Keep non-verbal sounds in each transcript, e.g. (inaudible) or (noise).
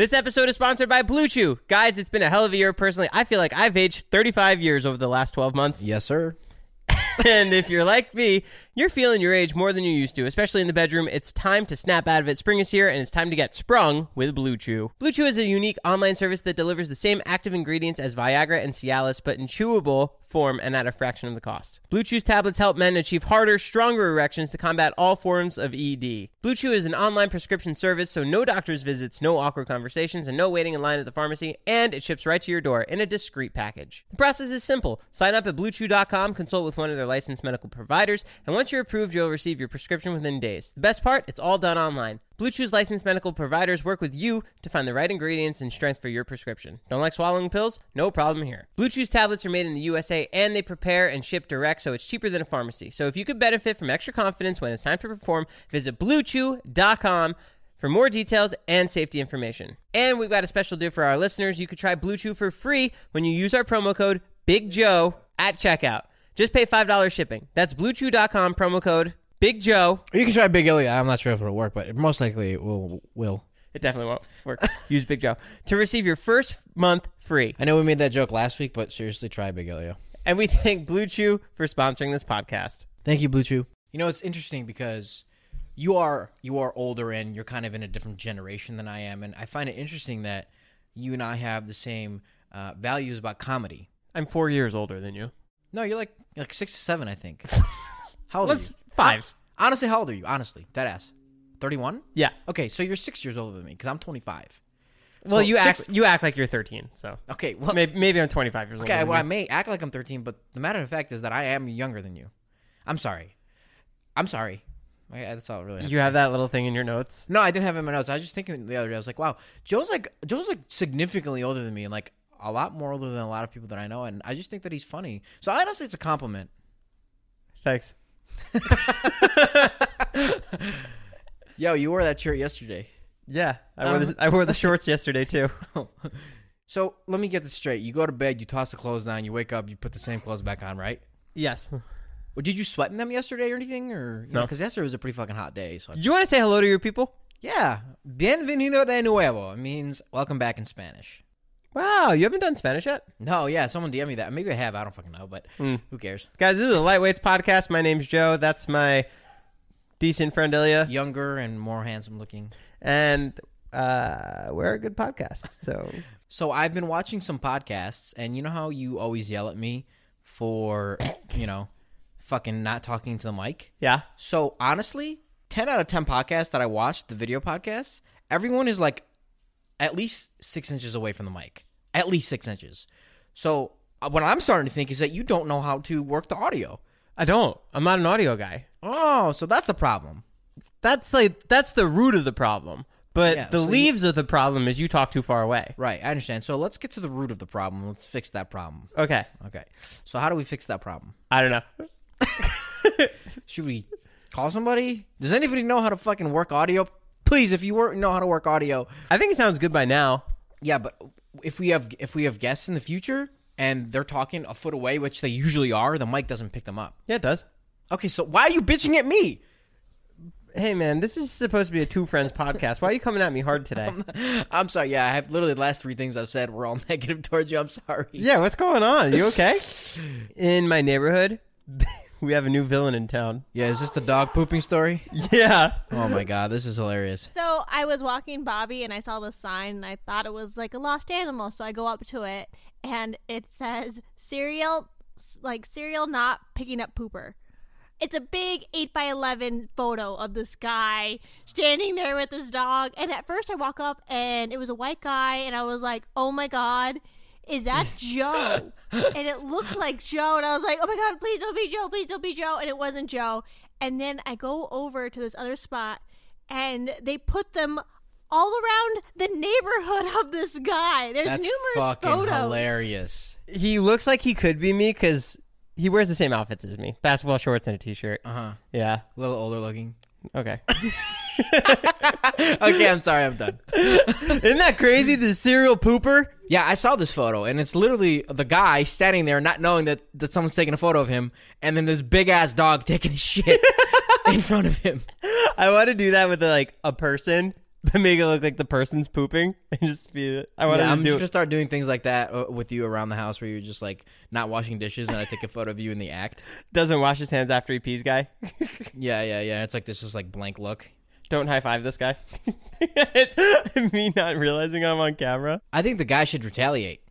This episode is sponsored by Blue Chew. Guys, it's been a hell of a year personally. I feel like I've aged 35 years over the last 12 months. Yes, sir. (laughs) and if you're like me, you're feeling your age more than you used to, especially in the bedroom. It's time to snap out of it. Spring is here, and it's time to get sprung with Blue Chew. Blue Chew is a unique online service that delivers the same active ingredients as Viagra and Cialis, but in chewable form and at a fraction of the cost. Blue Chew's tablets help men achieve harder, stronger erections to combat all forms of ED. Blue Chew is an online prescription service, so no doctor's visits, no awkward conversations, and no waiting in line at the pharmacy, and it ships right to your door in a discreet package. The process is simple. Sign up at bluechew.com, consult with one of their licensed medical providers, and once you're approved, you'll receive your prescription within days. The best part, it's all done online. Blue Chew's licensed medical providers work with you to find the right ingredients and strength for your prescription. Don't like swallowing pills? No problem here. Blue Chew's tablets are made in the USA and they prepare and ship direct, so it's cheaper than a pharmacy. So if you could benefit from extra confidence when it's time to perform, visit bluechew.com for more details and safety information. And we've got a special deal for our listeners. You could try Blue Chew for free when you use our promo code Big Joe at checkout. Just pay $5 shipping. That's bluechew.com promo code Big Joe. You can try Big Ilya. I'm not sure if it'll work, but it most likely it will. Will. It definitely won't work. (laughs) Use Big Joe to receive your first month free. I know we made that joke last week, but seriously, try Big Ilya. And we thank Blue Chew for sponsoring this podcast. Thank you, Blue Chew. You know, it's interesting because you are you are older and you're kind of in a different generation than I am, and I find it interesting that you and I have the same uh, values about comedy. I'm four years older than you. No, you're like you're like six to seven, I (laughs) think. How old? Let's are you? five. Honestly, how old are you? Honestly, dead ass. Thirty-one. Yeah. Okay, so you're six years older than me because I'm 25. Well, So you six- act you act like you're 13. So Okay, well, maybe, maybe I'm 25 years old. okay, well, I may act like I'm 13, but the matter of fact is that I am younger than you. I'm sorry. I'm sorry. I, that's all it really. I have you to have that little thing in your notes. say. No, I didn't have it in my notes. I was just thinking the other day. I was like, wow, Joe's like Joe's like significantly older than me, and like a lot more older than a lot of people that I know, and I just think that he's funny. So I honestly, it's a compliment. Thanks. Yo, you wore that shirt yesterday. Yeah, I Um, wore this, (laughs) I wore the shorts yesterday too. (laughs) So let me get this straight. You go to bed, you toss the clothes down, you wake up, you put the same clothes back on, right? yes. Well, did you sweat in them yesterday or anything? Or you No. because yesterday was a pretty fucking hot day. So I- Do you want to say hello to your people? yeah, bienvenido de nuevo. It means welcome back in Spanish. Wow, you haven't done Spanish yet, No, yeah, someone DM me that. Maybe I have. I don't fucking know, but who cares? guys. This is a lightweights podcast. My name's Joe. That's my decent friend Ilya, Younger and more handsome looking. and uh, we're a good podcast. So So I've been watching some podcasts, and you know how you always yell at me for you know fucking not talking to the mic. (laughs) yeah, So honestly, ten out of ten podcasts that I watched, the video podcasts, everyone is like at least six inches away from the mic. At least six inches. So uh, what I'm starting to think is that you don't know how to work the audio. I don't. I'm not an audio guy. Oh, so that's a problem. That's like that's the root of the problem. But Yeah, the so you- leaves of the problem is you talk too far away. Right, I understand. So let's get to the root of the problem. Let's fix that problem. Okay, Okay. So how do we fix that problem? I don't know. Should we call somebody? Does anybody know how to fucking work audio? Please, if you wor- know how to work audio, I think it sounds good by now. yeah. But if we have if we have guests in the future, and they're talking a foot away, which they usually are, the mic doesn't pick them up. Yeah, it does. Okay, so why are you bitching at me? Hey, man, this is supposed to be a two friends podcast. Why are you coming at me (laughs) hard today? I'm sorry. Yeah, I have literally the last three things I've said were all (laughs) negative towards you. I'm sorry. Yeah, what's going on? Are you okay? In my neighborhood, (laughs) we have a new villain in town. Yeah, is this the dog pooping story? Yeah. Oh my god, this is hilarious. So I was walking Bobby and I saw this sign and I thought it was like a lost animal. So I go up to it and it says cereal, like cereal not picking up pooper. It's a big 8 by 11 photo of this guy standing there with his dog. And at first I walk up and it was a white guy and I was like, oh my God. (laughs) Is that Joe? and it looked like Joe, and I was like, "Oh my god, please don't be Joe! Please don't be Joe!" And it wasn't Joe. And then I go over to this other spot, and they put them all around the neighborhood of this guy. There's That's numerous fucking photos. hilarious. He looks like he could be me because he wears the same outfits as me basketball shorts and a t shirt. Uh huh. Yeah. A little older looking. (laughs) Okay. (laughs) Okay, I'm sorry. I'm done. Isn't that crazy? The serial pooper? Yeah, I saw this photo, and it's literally the guy standing there, not knowing that that someone's taking a photo of him, and then this big ass dog taking a (laughs) shit in front of him. I want to do that with like a person, (laughs) but make it look like the person's pooping (laughs) and just be. I want Yeah, to I'm do just it. gonna start doing things like that uh, with you around the house, where you're just like not washing dishes, and I take a photo of you in the act. Doesn't wash his hands after he pees, guy. (laughs) Yeah, yeah, yeah. It's like this just like blank look. Don't high five this guy. (laughs) it's (laughs) me not realizing I'm on camera. I think the guy should retaliate.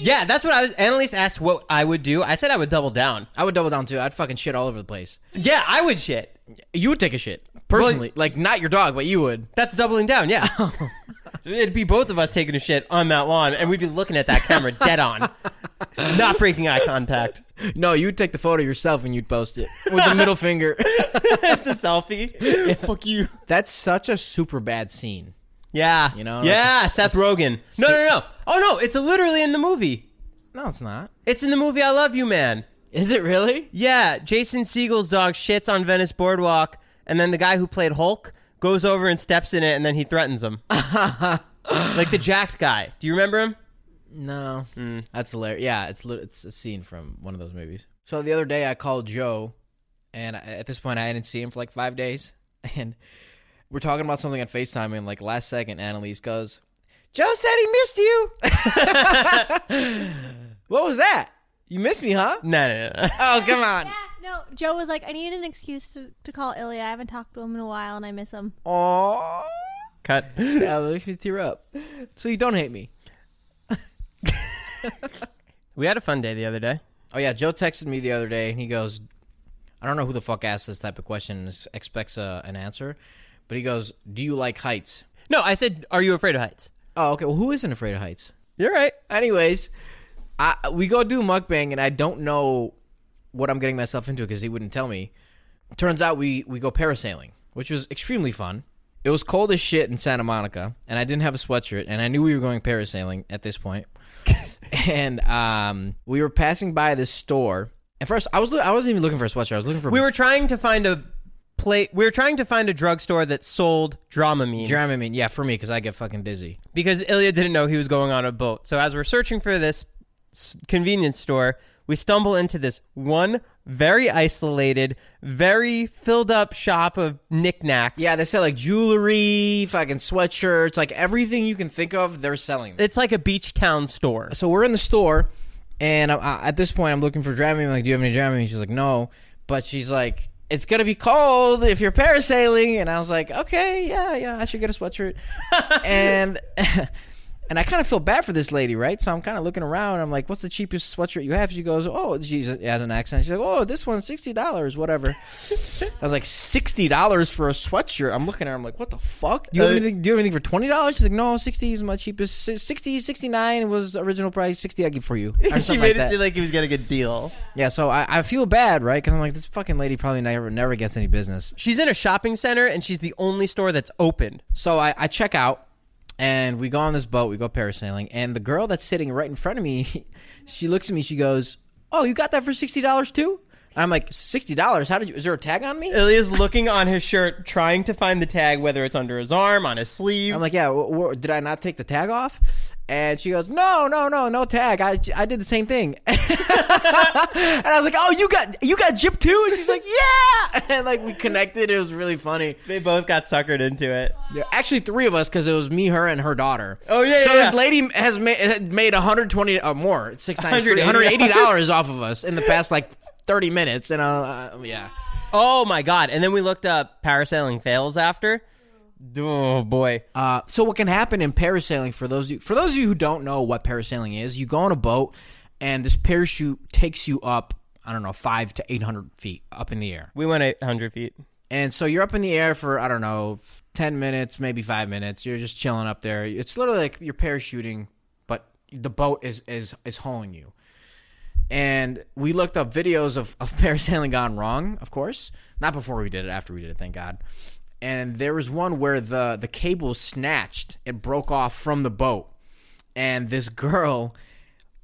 Yeah, that's what I was. Annalise asked what I would do. I said I would double down. I would double down too. I'd fucking shit all over the place. Yeah, I would shit. You would take a shit personally, like not your dog, but you would. That's doubling down. Yeah. (laughs) It'd be both of us taking a shit on that lawn, and we'd be looking at that (laughs) camera dead on, not breaking eye (laughs) contact. No, you'd take the photo yourself and you'd post it with the (laughs) middle finger. it's a selfie. Fuck you. That's such a super bad scene. Yeah. You know? Yeah, Seth Rogen. No, no, no. Oh no, it's literally in the movie. No, it's not. It's in the movie I Love You Man. Is it really? Yeah, Jason Siegel's dog shits on Venice Boardwalk, and then the guy who played Hulk goes over and steps in it, and then he threatens him. like the jacked guy. Do you remember him? No. Mm. That's hilarious. Yeah, it's lit- it's a scene from one of those movies. So the other day I called Joe, and I, at this point I didn't see him for like five days, (laughs) and we're talking about something on Facetime, and like last second Annalise goes, "Joe said he missed (laughs) you." what was that? You missed me, huh? No, no, no. (laughs) no. Oh come on. Yeah, no. Joe was like, "I need an excuse to, to call Ilya. I haven't talked to him in a while, and I miss him." Aww. Cut. (laughs) Yeah, that makes me tear up. So you don't hate me. We had a fun day the other day. Oh yeah, Joe texted me the other day, and he goes, "I don't know who the fuck asks this type of question and s- expects uh, an answer," but he goes, "Do you like heights?" No, I said, "Are you afraid of heights?" Oh, okay. Well, who isn't afraid of heights? You're right. Anyways, I we go do mukbang, and I don't know what I'm getting myself into because he wouldn't tell me. Turns out we we go parasailing, which was extremely fun. It was cold as shit in Santa Monica, and I didn't have a sweatshirt, and I knew we were going parasailing at this (laughs) point. and um, we were passing by this store. And first, I was I wasn't even looking for a sweatshirt. I was looking for We were trying to find a plate. We were trying to find a drugstore that sold (laughs) Dramamine Dramamine. Yeah, for me because I get fucking dizzy. because Ilya didn't know he was going on a boat. So as we're searching for this s- convenience store, we stumble into this one very isolated, very filled up shop of knickknacks. Yeah, they sell like jewelry, fucking sweatshirts, like everything you can think of. They're selling. it's like a beach town (laughs) store. so we're in the store, and I, I, at this point, I'm looking for Dramamine. I'm like, do you have any Dramamine? She's like, no. But she's like, it's gonna be cold if you're parasailing. And I was like, okay, yeah, yeah, I should get a sweatshirt. and (laughs) and I kind of feel bad for this lady, right? So I'm kind of looking around. I'm like, what's the cheapest sweatshirt you have? She goes, oh, she has an accent. She's like, oh, this one's sixty (laughs) dollars, whatever. I was like, sixty dollars for a sweatshirt. I'm looking at her. I'm like, what the fuck? Do you have Uh, anything? Do you have anything for twenty dollars? She's like, no, sixty is my cheapest. Si- 60, 69 was original price. Sixty, I give (laughs) for you. Or she something made like it that. seem like he was getting a deal. yeah. So I, I feel bad, right? Because I'm like, this fucking lady probably never never gets any business. She's in a shopping center and she's the only store that's (laughs) open. So I, I check out. And we go on this boat, we go parasailing, and the (laughs) girl that's sitting right in front of me, she looks at me, she goes, Oh, you got that for $60 too? And I'm like, sixty dollars? How did you? Is there a tag on me? Ilya's looking on his shirt, trying to find the tag, whether it's under his arm, on his sleeve. I'm like, yeah. W- w- did I not take the tag off? And she goes, no, no, no, no tag. I, I did the same thing. (laughs) and I was like, oh, you got you got gypped too? And she's like, yeah. (laughs) And like we connected. It was really funny. they both got suckered into it. Yeah, actually, three of us because it was me, her, and her daughter. Oh, yeah, So yeah, this yeah. lady has made, had made 120 or uh, more, six times, 30, $180. (laughs) 180 dollars off of us in the past like 30 minutes, and uh, uh, yeah, Oh my god! And then we looked up parasailing fails after. Oh boy! Uh, so what can happen in parasailing for those of you, for those of you who don't know what parasailing is, you go on a boat and this parachute takes you up. I don't know, five to eight hundred feet up in the air, We went 800 feet. and so you're up in the air for I don't know, ten minutes, maybe five minutes. You're just chilling up there. It's literally like you're parachuting, but the boat is is is hauling you. And we looked up videos of of (laughs) parasailing gone wrong, of course, not before we did it, after we did it, thank God. And there was one where the the cable was snatched, it broke off from the boat, and this girl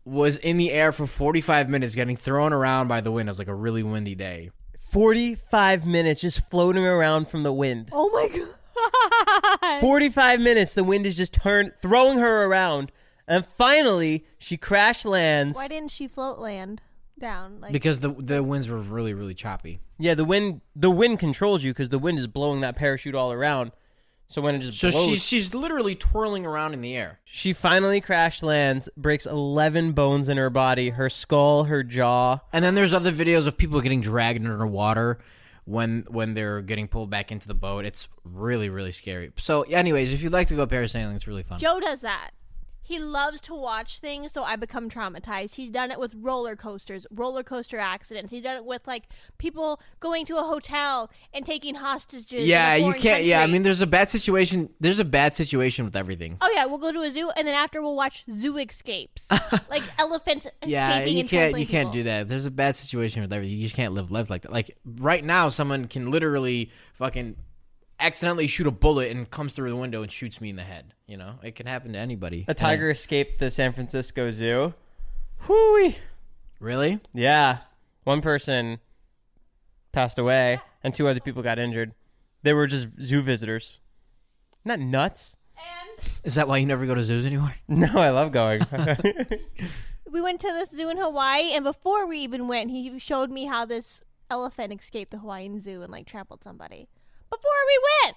was in the air for 45 minutes getting thrown around by the wind. It was like a really windy day. 45 minutes just floating around from the wind. Oh my god. 45 minutes. The wind is just turn throwing her around, and finally she crash lands. Why didn't she float land down? Like because the the winds were really really choppy. yeah, the wind. The wind controls you because the wind is blowing that parachute all around. So when it just So blows, she's she's literally twirling around in the air. she finally crash lands, breaks 11 bones in her body, her skull, her jaw. And then there's other videos of people getting dragged underwater when when they're getting pulled back into the boat. It's really really scary. So anyways, if you'd like to go parasailing, it's really fun. Joe does that. He loves to watch things, so I become traumatized. He's done it with roller coasters, roller coaster accidents. He's done it with like people going to a hotel and taking hostages. in a yeah, you foreign can't. Yeah, I country. mean, there's a bad situation. There's a bad situation with everything. Oh yeah, we'll go to a zoo, and then after we'll watch (laughs) zoo escapes, like elephants escaping Yeah, you can't. and trampling You can't people. do that. There's a bad situation with everything. You just can't live life like that. Like right now, someone can literally fucking accidentally shoot a bullet and comes through the window and shoots me in the head. You know, it can happen to anybody. A And- tiger escaped the San Francisco Zoo. Whoo! Really? Yeah. One person passed away and two other people got injured. They were just zoo visitors. Not nuts. (laughs) Is that why you never go to zoos anymore? (laughs) No, I love going. We went to this zoo in Hawaii, and before we even went, he showed me how this elephant escaped the Hawaiian zoo and like trampled somebody. Before we went,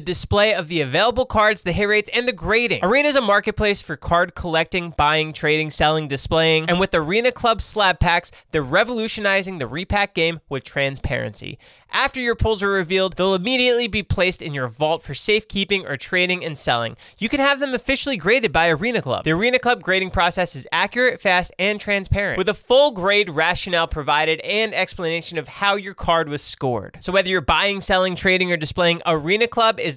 display of the available cards, the hit rates, and the grading. Arena is a marketplace for card collecting, buying, trading, selling, displaying, and with Arena Club slab packs, they're revolutionizing the repack game with transparency. After your pulls are revealed, they'll immediately be placed in your vault for safekeeping or trading and selling. You can have them officially graded by Arena Club. The Arena Club grading process is accurate, fast, and transparent, with a full grade rationale provided and explanation of how your card was scored. So, whether you're buying, selling, trading, or displaying, Arena Club is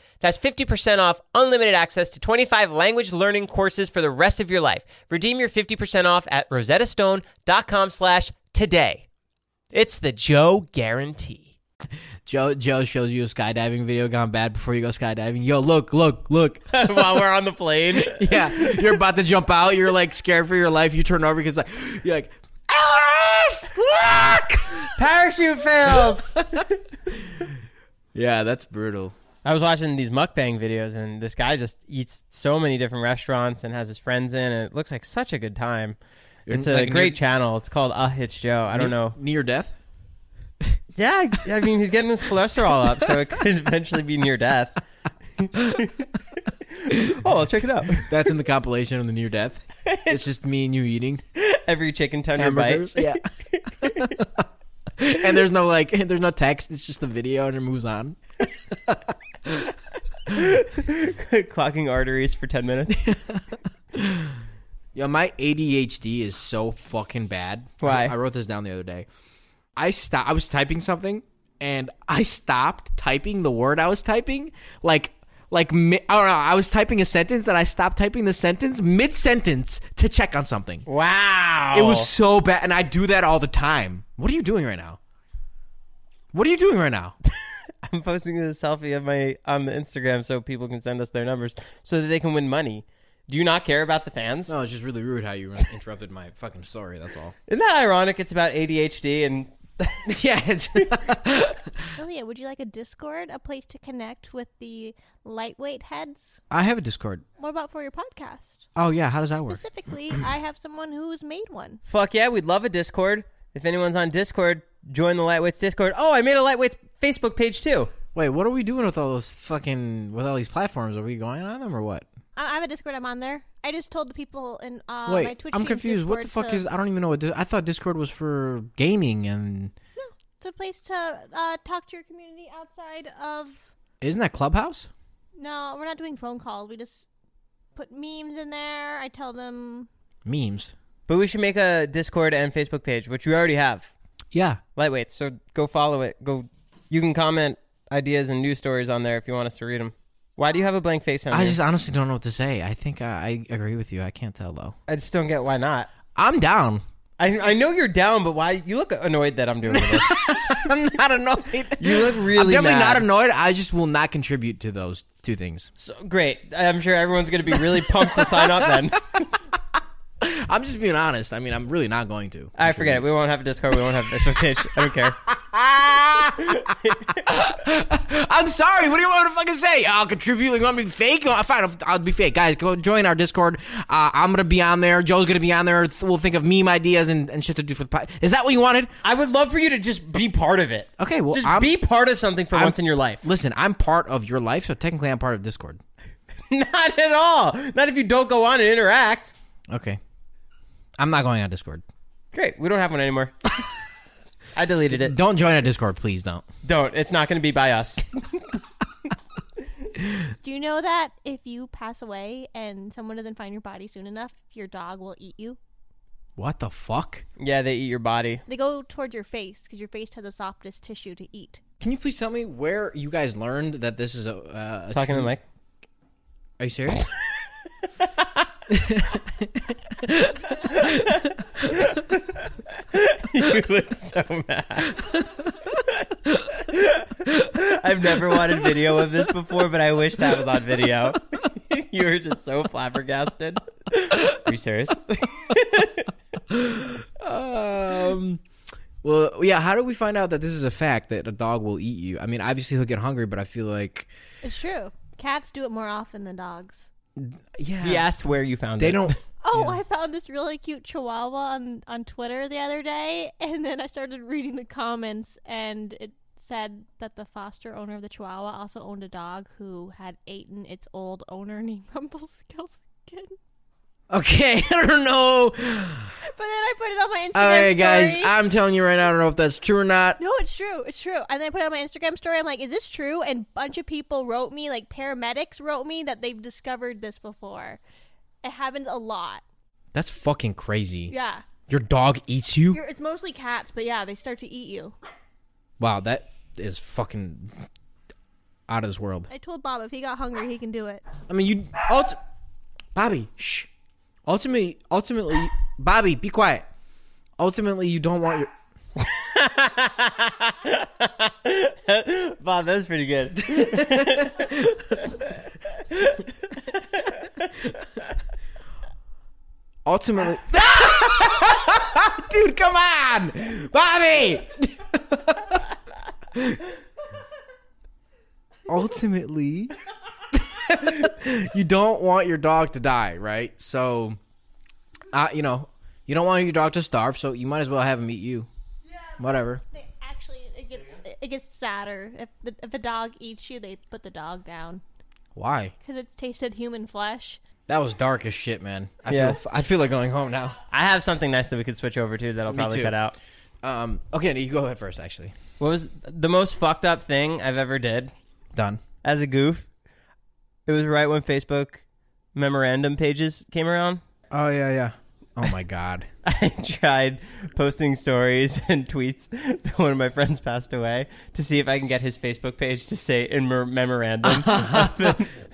That's 50% off unlimited access to 25 language learning courses for the rest of your life. Redeem your 50% off at rosettastone.com slash today. It's the Joe guarantee. Joe Joe shows you a skydiving video gone bad before you go skydiving. Yo, look, look, (laughs) look. (laughs) While we're on the plane. yeah, you're about to jump out. You're like scared for your life. You turn over because like you're like, Elrus, look, parachute fails. yeah, that's brutal. I was watching these mukbang videos, and this guy just eats so many different restaurants and has his friends in, and it looks like such a good time. It's a like near- great channel. It's called Uh Hits Joe. I don't know. Near death. Yeah, I mean, he's getting his cholesterol up, so it could (laughs) eventually be near death. (laughs) oh, I'll check it out. That's in the compilation of the (laughs) near death. It's just me and you eating Every chicken tender hamburgers. bite. (laughs) Yeah. (laughs) and there's no like, (laughs) there's no text. It's just a video, and it moves on. (laughs) Clocking arteries for 10 minutes. Yeah, my ADHD is so fucking bad. Why? I, I wrote this down the other day. I stop. I was typing something, and I stopped typing the word I was typing. Like, like mi- I don't know. I was typing a sentence, and I stopped typing the sentence mid sentence to check on something. Wow. It was so bad, and I do that all the time. What are you doing right now? What are you doing right now? I'm posting a selfie of my on the Instagram so people can send us their numbers so that they can win money. Do you not care about the fans? No, it's just really rude how you (laughs) interrupted my fucking story. That's all. Isn't that ironic? It's about ADHD and (laughs) yeah, it's Ilya, would you like a Discord, a place to connect with the lightweight heads? I have a Discord. What about for your podcast? Oh yeah, how does that work? Specifically, I have someone who's made one. (laughs) fuck yeah, we'd love a Discord. If anyone's on Discord, join the Lightweights Discord. Oh, I made a Lightweights Facebook page too. Wait, what are we doing with all those fucking with all these platforms? Are we going on them or what? I I have a Discord. I'm on there. I just told the people in uh, my Wait, Twitch. I'm stream's confused. What the Discord fuck to- is? I don't even know what. Di- I thought Discord was for gaming, and It's a place to uh, talk to your community outside of. isn't that Clubhouse? No, we're not doing phone calls. We just put memes in there. I tell them. Memes. But we should make a Discord and Facebook page, which we already have. Yeah. Lightweights, so go follow it. Go. You can comment ideas and news stories on there if you want us to read them. Why do you have a blank face on? I I just honestly don't know what to say. I think I, I agree with you. I can't tell though. I just don't get why not. I'm down. (laughs) I, I know you're down, but why? You look annoyed that I'm doing this. I'm not annoyed. You look really I'm definitely mad. not annoyed. I just will not contribute to those two things. So, great. I'm sure everyone's going to be really pumped to sign up then. I'm just being honest. I mean, I'm really not going to. I forget it. We won't have a Discord. We won't have this page. I don't care. I'm sorry. What do you want me to fucking say? I'll contribute. You want me to be fake? Oh, fine. I'll, I'll be fake. Guys, go join our Discord. Uh, I'm gonna be on there. Joe's gonna be on there. Th- We'll think of meme ideas and, and shit to do for the pod. Is that what you wanted? I would love for you to just be part of it. Okay, well, just I'm- be part of something for I'm- once in your life. (laughs) Listen, I'm part of your life, so technically I'm part of Discord. Not at all. Not if you don't go on and interact. Okay, I'm not going on Discord. Great. We don't have one anymore. I deleted it. Don't join a Discord, please. Don't. Don't. It's not going to be by us. Do you know that if you pass away and someone doesn't find your body soon enough, your dog will eat you? What the fuck? Yeah, they eat your body. They go towards your face because your face has the softest tissue to eat. Can you please tell me where you guys learned that this is a, uh, a Talking to the true- mic. Are you serious? (laughs) you look so mad. I've never wanted video of this before, but I wish that was on video. (laughs) you were just so flabbergasted. Are you serious? Um. Well, yeah. How do we find out that this is a fact that a dog will eat you? I mean, obviously he'll get hungry, but I feel like It's true. Cats do it more often than dogs. yeah, He asked where you found it. they don't. (laughs) Oh, I found this really cute chihuahua on, on Twitter the other day, and then I started reading the comments, and it said that the foster owner of the chihuahua also (laughs) owned a dog who had eaten its old owner named Rumpelstiltskin. Okay, (laughs) I don't know. But then I put it on my Instagram All right, guys, story. I'm telling you right now, I don't know if that's true or not. No, it's true. It's true. And then I put it on my Instagram story. I'm like, is this true? And bunch of people wrote me, like paramedics wrote me that they've discovered this before. It happens a lot. That's fucking crazy. Yeah. Your dog eats you? You're, it's mostly cats, but yeah, they start to eat you. Wow, that is fucking out of this world. I told Bob if he got hungry, he can do it. I mean, you, ult- Bobby, shh. Ultimately, ultimately, Bobby, be quiet. Ultimately, you don't want your. Bob, that was pretty good. Ultimately, (laughs) dude, come on, Bobby. ultimately, you don't want your dog to die, right? So, uh, you know, you don't want your dog to starve, so you might as well have him eat you. Whatever. They actually, it gets it gets sadder if the, if a dog eats you, they put the dog down Why? because it tasted human flesh. That was dark as shit, man. I Yeah. feel I feel like going home now. I have something nice that we could switch over to that I'll probably too. cut out. Um, okay, you go ahead first. Actually, What was the most fucked up thing I've ever did done. as a goof? It was right when Facebook memorandum pages came around. Oh yeah, yeah. Oh my god. (laughs) I tried posting stories (laughs) and tweets that one of my friends passed away to see if I can get his Facebook page to say in mer- (laughs) memorandum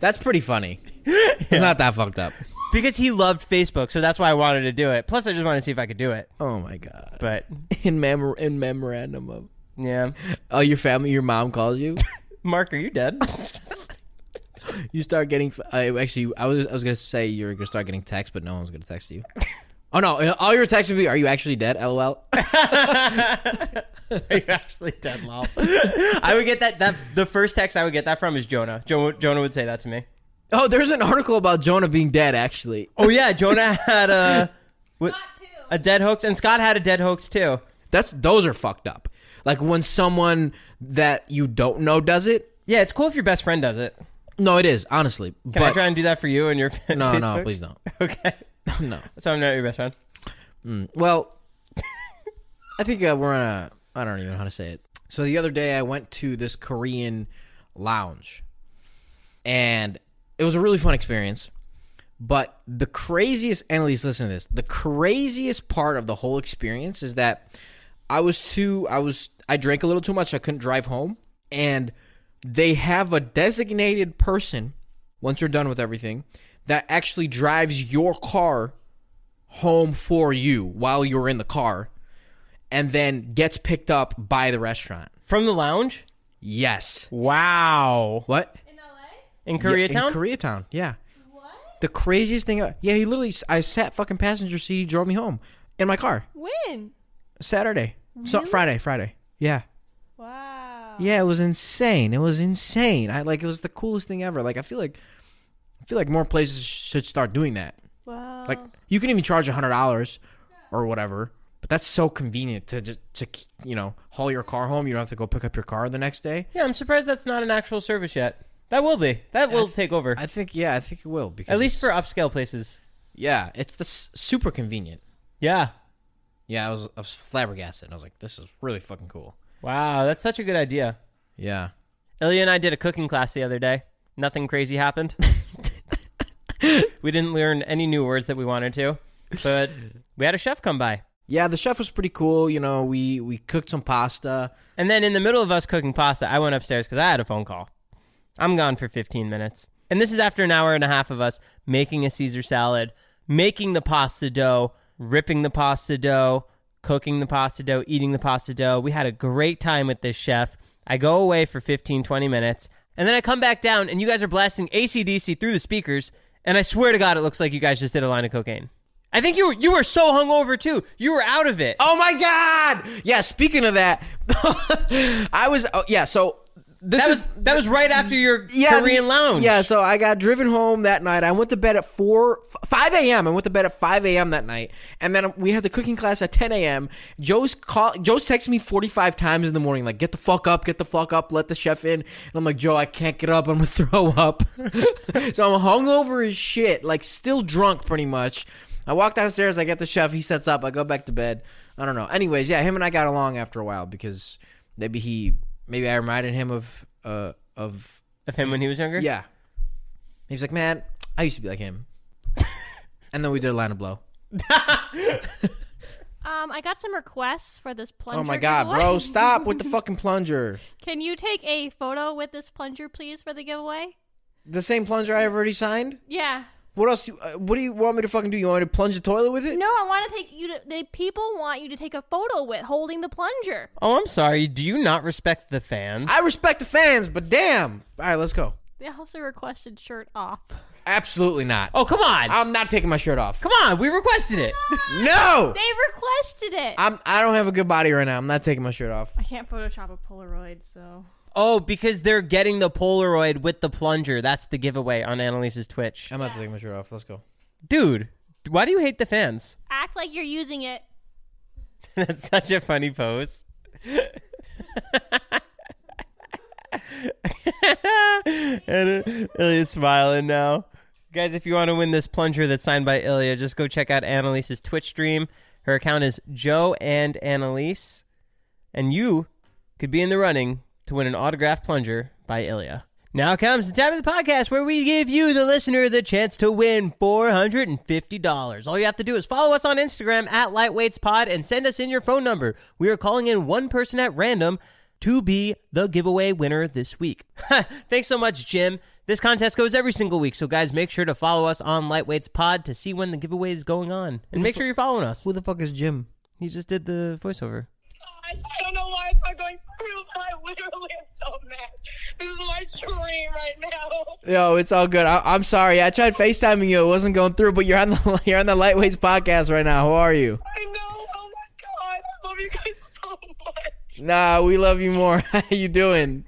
That's pretty funny. It's not that fucked up. because he loved Facebook, so that's why I wanted to do it. Plus, I just wanted to see if I could do it. Oh my god. But In mem in memorandum of yeah, Oh, your family, your mom calls (laughs) you. (laughs) Mark, are you dead? You start getting uh, actually I was I was going to say you're going to start getting texts, but no one's going to text (laughs) you. Oh no, uh, all your texts would be are you actually dead? LOL. (laughs) are you (laughs) actually dead, lol? I would get that. That the first text I would get that from is Jonah. Jo- Jonah would say that to me. Oh, there's an article about Jonah being dead actually. Oh yeah, Jonah had (laughs) a what, too. a dead hoax, and Scott had a dead hoax too. That's those are fucked up. Like when someone that you don't know does it. Yeah, it's cool if your best friend does it. No, it is, honestly. Can I try and do that for you and your fa- No, Facebook? no, please don't. (laughs) Okay. No. So I'm not your best friend. Well, I think uh, we're on a. I don't even know how to say it. So the other day I went to this Korean lounge, and it was a really fun experience. But the craziest, Annalise, listen to this. The craziest part of the whole experience is that I was too. I was. I drank a little too much. I couldn't drive home, and they have a designated person once you're done with everything that actually drives your car home for you while you're in the car and then gets picked up by the restaurant. From the lounge? Yes. Wow. What? In LA? In Koreatown? Yeah, in Koreatown. Yeah. What? The craziest thing. Yeah, he literally I sat fucking passenger seat, he drove me home in my car. When? Saturday. So Friday, Friday. Yeah. Wow. Yeah, it was insane. It was insane. I like it was the coolest thing ever. Like I feel like I feel like more places should start doing that. Wow. Like you can even charge a hundred dollars or whatever, but that's so convenient to just to you know haul your car home. You don't have to go pick up your car the next day. yeah, I'm surprised that's not an actual service yet. That will be. That will take over. I think yeah, I think it will because At least for it's- upscale places. yeah, it's the s- super convenient. Yeah. Yeah, I was I was flabbergasted. I was like, this is really fucking cool. Wow, that's such a good idea. Yeah, Ilya and I did a cooking class the other day. Nothing crazy (laughs) happened. we didn't learn any new words that we wanted to, but we had a chef come by. yeah. The chef was pretty cool. You know, we we cooked some pasta. And then in the middle of us cooking pasta, I went upstairs because I had a phone call. I'm gone for 15 minutes. And this is after an hour and a half of us making a Caesar salad, making the pasta dough, ripping the pasta dough, cooking the pasta dough, eating the pasta dough. We had a great time with this chef. I go away for 15, 20 minutes. And then I come back down, and you guys are blasting ACDC through the speakers. And I swear to God, it looks like you guys just did a line of cocaine. I think you were, you were so hungover too. You were out of it. (laughs) Oh my god! Yeah, speaking of that, I was oh, yeah. So this that is was, that was right after your Korean lounge. Yeah, so I got driven home that night. I went to bed at four, five a.m. I went to bed at five a.m. that night, and then we had the cooking class at ten a.m. Joe's call, Joe's texting me forty-five times in the morning, like "Get the fuck up, get the fuck up, let the chef in." And I'm like, Joe, I can't get up. I'm gonna (laughs) throw up. so I'm hungover as shit, like still drunk, pretty much. I walk downstairs. I get the chef. He sets up. I go back to bed. I don't know. Anyways, yeah, him and I got along after a while because maybe he, maybe I reminded him of uh of of him when he was younger. yeah. He was like, man, I used to be like (laughs) him. and then we did a line of blow. Um, I got some requests for this plunger. Oh my god, giveaway. bro, stop with the fucking plunger. (laughs) Can you take a photo with this plunger, please, for the giveaway? The same plunger I have already signed. Yeah. What else? you- uh, What do you want me to fucking do? You want me to plunge the toilet with it? No, I want to take you to. The people want you to take a photo with holding the plunger. Oh, I'm sorry. Do you not respect the fans? I respect the fans, but damn. All right, let's go. They also requested shirt off. Absolutely not. Oh, come on. I'm not taking my shirt off. come on. We requested it. (laughs) No. They requested it. I, I'm. I don't have a good body right now. I'm not taking my shirt off. can't Photoshop a Polaroid, so. oh, because they're getting the Polaroid with the plunger. That's the giveaway on Annalise's Twitch. I'm not taking my shirt off. Let's go. Dude, why do you hate the fans? Act like you're using it. (laughs) That's such a funny pose. and uh, Ilya's smiling now. Guys, if you want to win this plunger that's signed by Ilya, just go check out Annalise's Twitch stream. Her account is Joe and Annalise. And you could be in the running to win an autographed plunger by Ilya. Now comes the time of the podcast where we give you, the listener, the chance to win $450. All you have to do is follow us on Instagram at LightweightsPod and send us in your phone number. We are calling in one person at random to be the giveaway winner this week. (laughs) Thanks so much, Jim. This contest goes every single week, so guys, make sure to follow us on Lightweights Pod to see when the giveaway is going on. And make sure you're following us. Who the fuck is Jim? He just did the voiceover. gosh, I don't know why it's not going through, but I literally am so mad. This is my dream right now. Yo, it's all good. I, I'm sorry. I tried FaceTiming you. It wasn't going through, but you're on the (laughs) you're on the Lightweights podcast right now. How are you? I know. Oh my god, I love you guys so much. Nah, we love you more. (laughs) How you doing?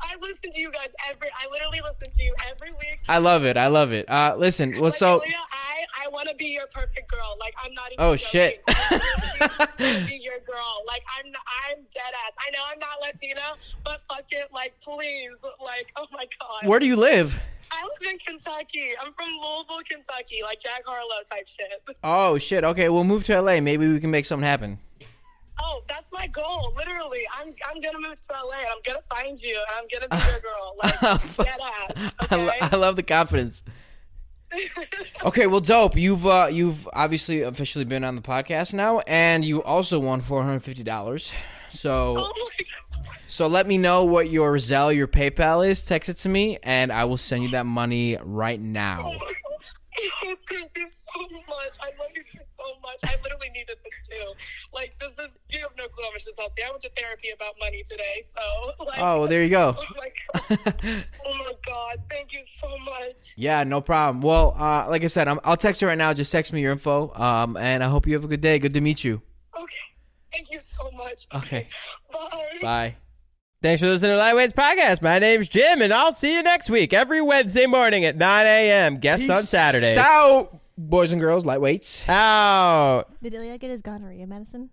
I listen to you guys every. I literally listen to you every week. I love it. I love it. Uh, listen. Well, Like, so Leah, I I want to be your perfect girl. Like I'm not even. Oh, joking. shit. (laughs) I wanna be your girl. Like I'm I'm dead ass. I know I'm not Latina, but fuck it. Like please. Like oh my god. where do you live? I live in Kentucky. I'm from Louisville, Kentucky. Like Jack Harlow type shit. Oh shit. Okay, we'll move to LA. Maybe we can make something happen. (laughs) Oh, that's my goal. Literally, I'm I'm gonna move to LA and I'm gonna find you and I'm gonna be (laughs) your girl. Like dead ass. I, lo- Okay. I (laughs) love the confidence. okay, well, dope. You've uh, you've obviously officially been on the podcast now, and you also won four hundred fifty dollars. So. Oh my God. So let me know what your Zelle, your PayPal is. Text it to me, and I will send you that money right now. (laughs) Oh (laughs) Thank you so much. I love you guys so much. I literally needed this too. Like this is you have no clue how much this helps me. I went to therapy about money today, so (laughs) like Oh, well, there you go. Oh my god. oh my god. Thank you so much. Yeah, no problem. Well, uh, like I said, I'm, I'll text you right now. Just text me your info, um, and I hope you have a good day. Good to meet you. Okay. Thank you so much. Okay. Bye. Bye. Thanks for listening to Lightweights Podcast. My name's Jim, and I'll see you next week every Wednesday morning at 9 a.m. Guests on Saturdays. Out, boys and girls, lightweights. Out. Did Ilya get his gonorrhea medicine?